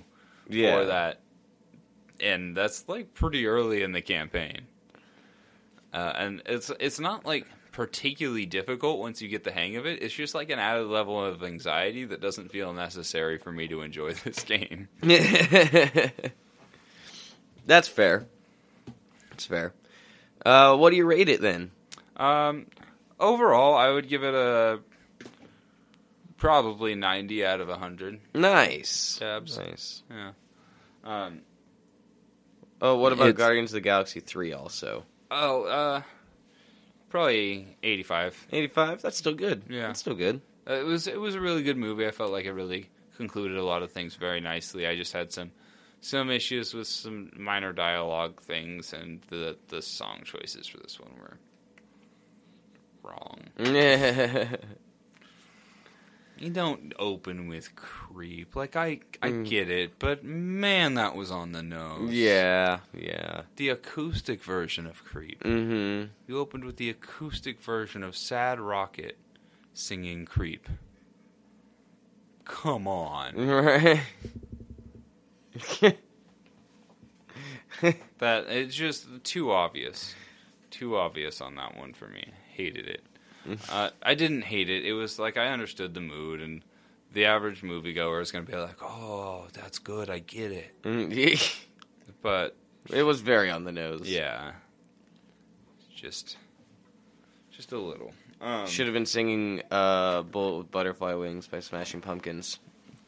yeah. for that and that's like pretty early in the campaign uh, and it's it's not like particularly difficult once you get the hang of it. It's just like an added level of anxiety that doesn't feel necessary for me to enjoy this game. That's fair. That's fair. Uh, what do you rate it then? Um, overall, I would give it a probably ninety out of hundred. Nice. Tabs. Nice. Yeah. Um, Oh, what about It's- Guardians of the Galaxy 3 also? oh, uh, probably eighty-five. 85? That's still good. Yeah. That's still good. Uh, it was it was a really good movie. I felt like it really concluded a lot of things very nicely. I just had some some issues with some minor dialogue things, and the the song choices for this one were wrong. You don't open with "creep." Like I I Mm. get it, but man, that was on the nose. yeah. Yeah. the acoustic version of "creep." Mm You opened with the acoustic version of Sad Rocket singing "creep." Come on. hmm. Right. That it's just too obvious, too obvious on that one for me. Hated it. uh, I didn't hate it. It was like I understood the mood, and the average moviegoer is going to be like, "Oh, that's good. I get it." it But was very on the nose. yeah, just, just a little. Um, Should have been singing uh, Bullet with Butterfly Wings by Smashing Pumpkins.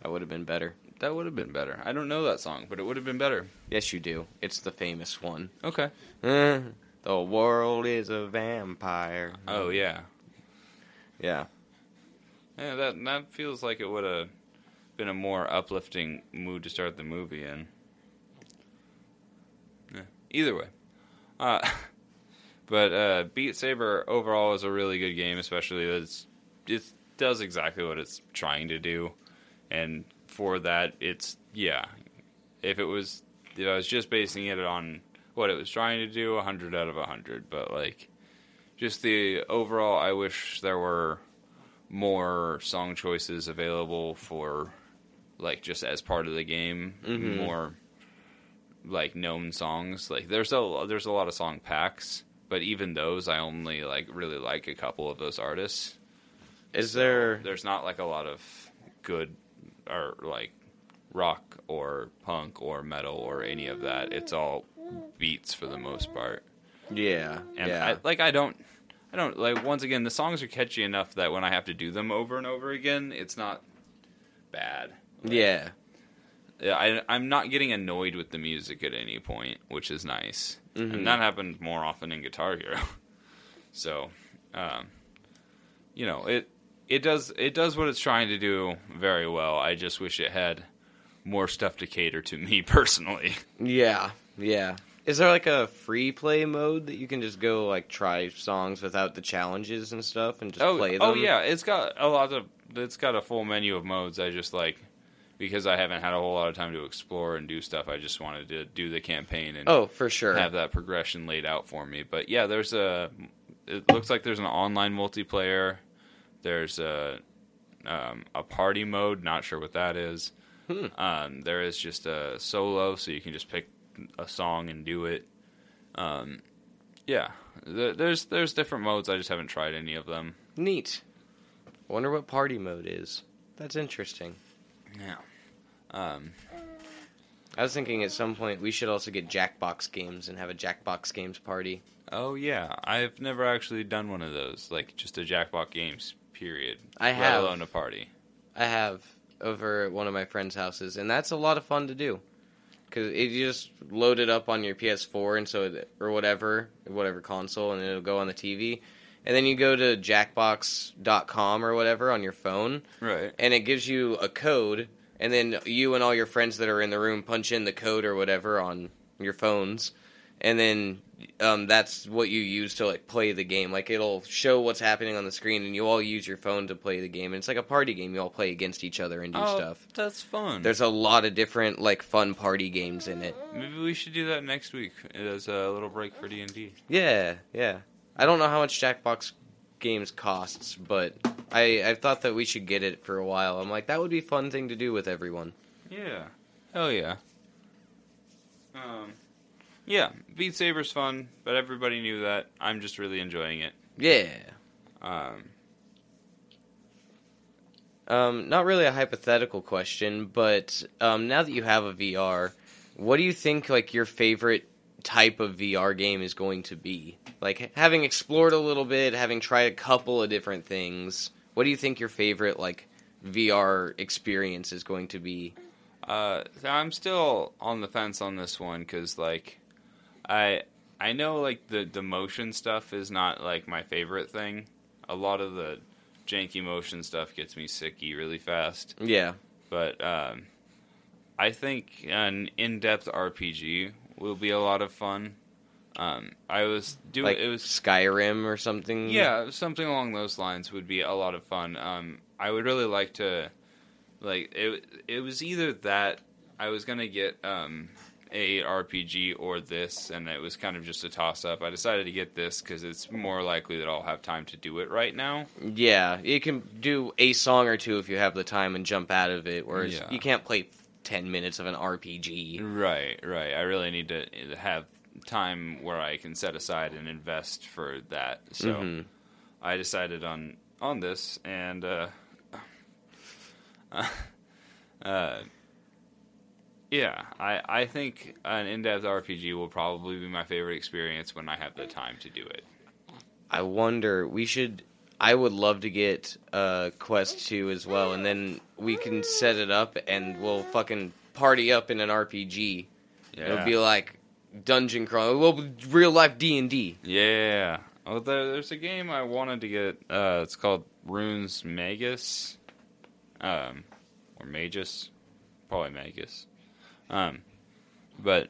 That would have been better. Um, that would have been better. I don't know that song, but it would have been better. Yes, you do. It's the famous one. Eh, Okay. the world is a vampire. Oh yeah, Yeah. yeah. That that feels like it would have been a more uplifting mood to start the movie in. Yeah. Either way. Uh, but uh, Beat Saber overall is a really good game, especially that it's, it does exactly what it's trying to do, and for that, it's yeah. If it was, if I was just basing it on what it was trying to do, hundred out of hundred. But like, just the overall, I wish there were more song choices available for like just as part of the game, Mhm. more like known songs. Like there's a there's a lot of song packs, but even those I only like really like a couple of those artists. Is there? There's not like a lot of good or like rock or punk or metal or any of that. It's all beats for the most part. Yeah. And yeah. I, like I don't I don't like once again the songs are catchy enough that when I have to do them over and over again, it's not bad. yeah. Yeah, I, I'm not getting annoyed with the music at any point, which is nice. Mhm. And that happens more often in Guitar Hero. so, um, you know it it does it does what it's trying to do very well. I just wish it had more stuff to cater to me personally. Yeah. Yeah. Is there like a free play mode that you can just go like try songs without the challenges and stuff and just oh, play them? oh yeah, it's got a lot of it's got a full menu of modes. I just like because I haven't had a whole lot of time to explore and do stuff. I just wanted to do the campaign and Oh, for sure. have that progression laid out for me. But yeah, there's a. It looks like there's an online multiplayer. There's a um, a party mode. Not sure what that is. Hmm. Um, there is just a solo, so you can just pick a song and do it. Um, yeah, There- there's there's different modes. I just haven't tried any of them. Neat. Wonder what party mode is. That's interesting. Yeah. Um, I was thinking at some point we should also get Jackbox games and have a Jackbox games party. oh yeah, I've never actually done one of those. Like just a Jackpot Games period. I let have. alone a party. I have over at one of my friends' houses, and that's a lot of fun to do. Cause it, you just load it up on your PS4 and so it, or whatever, whatever console, and it'll go on the TV, and then you go to Jackbox.com or whatever on your phone, Right. and it gives you a code, and then you and all your friends that are in the room punch in the code or whatever on your phones, and then um, that's what you use to like play the game. Like it'll show what's happening on the screen, and you all use your phone to play the game. And it's like a party game. You all play against each other and do oh, stuff. That's fun. There's a lot of different like fun party games in it. Maybe we should do that next week as a little break for D and D. Yeah, yeah. I don't know how much Jackbox games costs, but I I thought that we should get it for a while. I'm like that would be a fun thing to do with everyone. Yeah. Hell yeah. Um. Yeah, Beat Saber's fun, but everybody knew that. I'm just really enjoying it. Yeah. Um, Um, not really a hypothetical question, but um, now that you have a VR, what do you think like your favorite type of VR game is going to be? Like having explored a little bit, having tried a couple of different things, what do you think your favorite like VR experience is going to be? Uh, so I'm still on the fence on this one because like, I I know like the the motion stuff is not like my favorite thing. A lot of the janky motion stuff gets me sicky really fast. Yeah. But um, I think an in depth RPG will be a lot of fun. Um, I was doing like it was Skyrim or something. yeah, something along those lines would be a lot of fun. Um, I would really like to, like it. It was either that I was gonna get um, a RPG or this, and it was kind of just a toss up. I decided to get this because it's more likely that I'll have time to do it right now. Yeah, you can do a song or two if you have the time and jump out of it, whereas Yeah. you can't play 10 minutes of an RPG. Right, right. I really need to eh, have time where I can set aside and invest for that. So Mhm. I decided on on this, and uh, uh, yeah, I I think an in depth RPG will probably be my favorite experience when I have the time to do it. I wonder. We should. I would love to get uh, Quest Two as well, and then we can set it up, and we'll fucking party up in an RPG. It'll be like dungeon crawl, well, real life D and D. Yeah. Oh, there, there's a game I wanted to get. Uh, it's called Runes Magus, um, or Magus, probably Magus. Um, but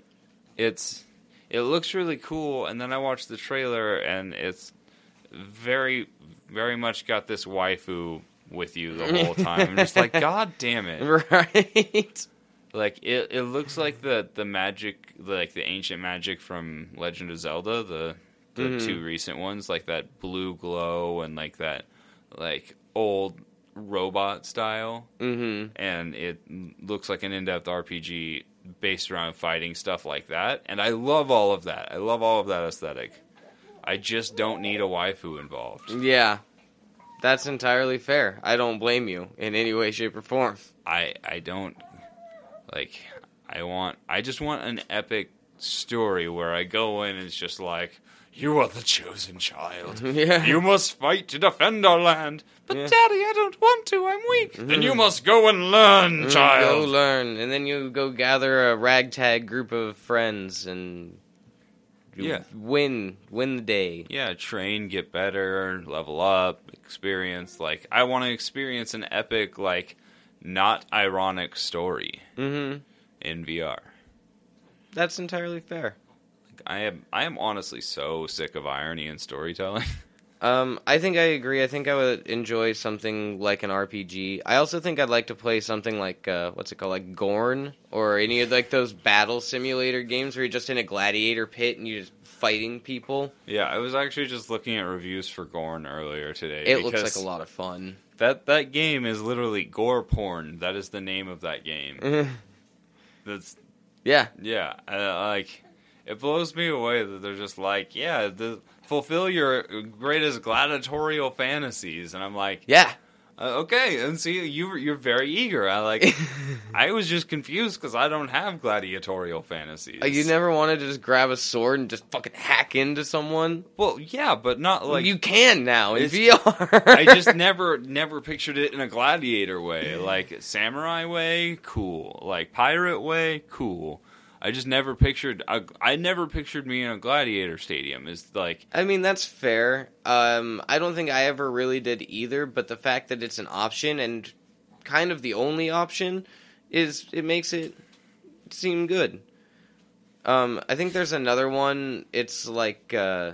it's it looks really cool, and then I watched the trailer, and it's very, very much got this waifu with you the whole time. I'm just like, God damn it! Right? Like it, it looks like the the magic, like the ancient magic from Legend of Zelda, the the Mhm. two recent ones, like that blue glow and like that like old robot style, mm-hmm. and it looks like an in depth RPG based around fighting stuff like that. And I love all of that. I love all of that aesthetic. I just don't need a waifu involved. Yeah, that's entirely fair. I don't blame you in any way, shape, or form. I I don't like I want I just want an epic story where I go in and it's just like you are the chosen child. Yeah. You must fight to defend our land. But Yeah. daddy, I don't want to. I'm weak. Then you must go and learn, Mm, Go child. learn, and then you go gather a ragtag group of friends and you Yeah. win win the day. Yeah, train, get better, level up, experience. Like I want to experience an epic like not ironic story Mm-hmm. in VR. That's entirely fair. I am I am honestly so sick of irony and storytelling. Um, I think I agree. I think I would enjoy something like an RPG. I also think I'd like to play something like uh, what's it called, like Gorn, or any of like those battle simulator games where you're just in a gladiator pit and you're just fighting people. Yeah, I was actually just looking at reviews for Gorn earlier today. It looks because like a lot of fun. That that game is literally gore porn. That is the name of that game. Mm. Mm-hmm. That's yeah, yeah, uh, like it blows me away that they're just like, yeah, the, fulfill your greatest gladiatorial fantasies, and I'm like, yeah. uh, okay, and see, you were- you're very eager. I like, I was just confused because I don't have gladiatorial fantasies. Like, you never wanted to just grab a sword and just fucking hack into someone. well, yeah, but not like you can now in It's- VR. I just never never pictured it in a gladiator way, like samurai way, cool, like pirate way, cool. I just never pictured I, I never pictured me in a gladiator stadium is like I mean, that's fair. Um, I don't think I ever really did either, but the fact that it's an option and kind of the only option is it makes it seem good. Um, I think there's another one. It's like uh,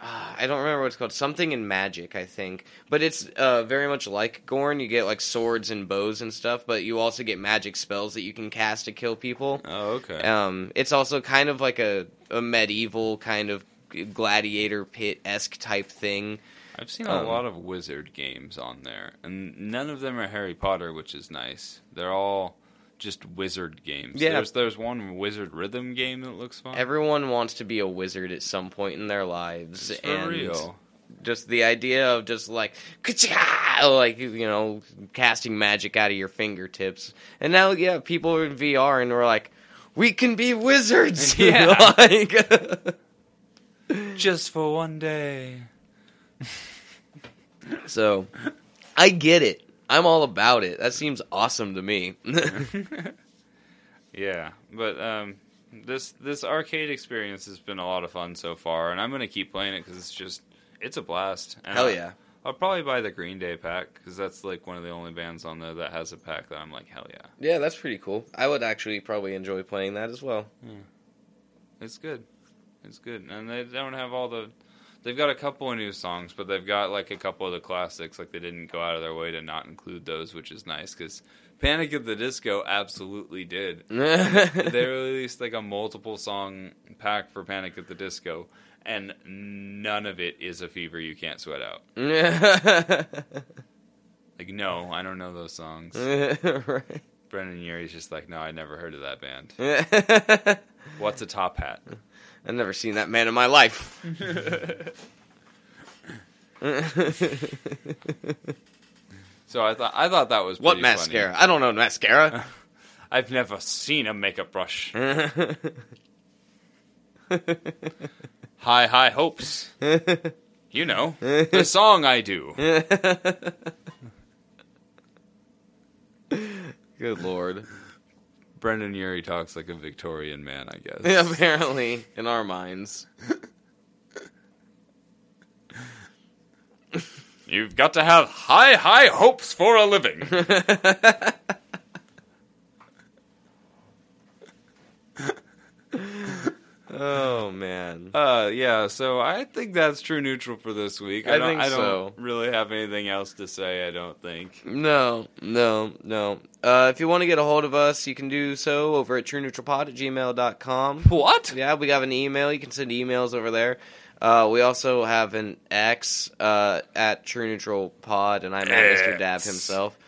ah, I don't remember what it's called. Something in magic, I think. But it's uh, very much like Gorn. You get like swords and bows and stuff, but you also get magic spells that you can cast to kill people. Oh, okay. Um, it's also kind of like a, a medieval kind of gladiator pit esque type thing. I've seen a um, lot of wizard games on there, and none of them are Harry Potter, which is nice. They're all just wizard games. Yeah. There's there's one wizard rhythm game that looks fun. Everyone wants to be a wizard at some point in their lives, It's for and real. just the idea of just like ka like you know casting magic out of your fingertips and now yeah people are in vr and we're like we can be wizards Yeah. Like- Just for one day. so i get it i'm all about it that seems awesome to me Yeah, but um, this this arcade experience has been a lot of fun so far, and I'm gonna keep playing it because it's just it's a blast. And hell I- yeah I'll probably buy the Green Day pack because that's like one of the only bands on there that has a pack that I'm like, hell yeah, yeah that's pretty cool i would actually probably enjoy playing that as well it's good, it's good. And they don't have all the, they've got a couple of new songs, but they've got like a couple of the classics. Like they didn't go out of their way to not include those, which is nice because Panic at the Disco absolutely did. they released like a multiple song pack for Panic at the Disco, and none of it is a fever you can't sweat out. Like no, I don't know those songs. right Brendan Urie's just like, no, I never heard of that band. I've What's a top hat? never seen that man in my life. so I thought I thought that was what pretty funny. mascara? I don't know mascara. I've never seen a makeup brush. High high hopes. You know the song I do. Good lord. Brendan Urie talks like a Victorian man, I guess. Apparently, in our minds. You've got to have high high hopes for a living. Oh man. Uh, yeah. So I think that's true neutral for this week. I, I don't, think I don't so. really have anything else to say. I don't think. No, no, no. Uh, if you want to get a hold of us, you can do so over at trueneutralpod at gmail.com. What? Yeah, we have an email. You can send emails over there. Uh, we also have an X uh, at True Neutral Pod, and I'm at Mr. Dab X. himself.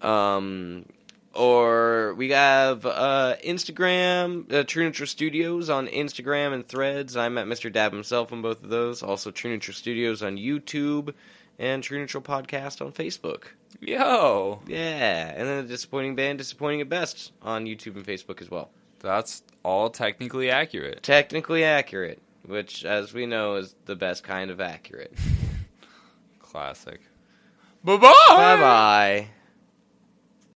Um, or we have uh, Instagram, uh, True Neutral Studios on Instagram and Threads. I'm at Mr. Dab himself on both of those. Also, True Neutral Studios on YouTube and True Neutral Podcast on Facebook. Yo, Yeah, and then the Disappointing Band, Disappointing at Best on YouTube and Facebook as well that's all technically accurate. technically accurate, which, as we know, is the best kind of accurate. Classic. Bye bye. Bye bye.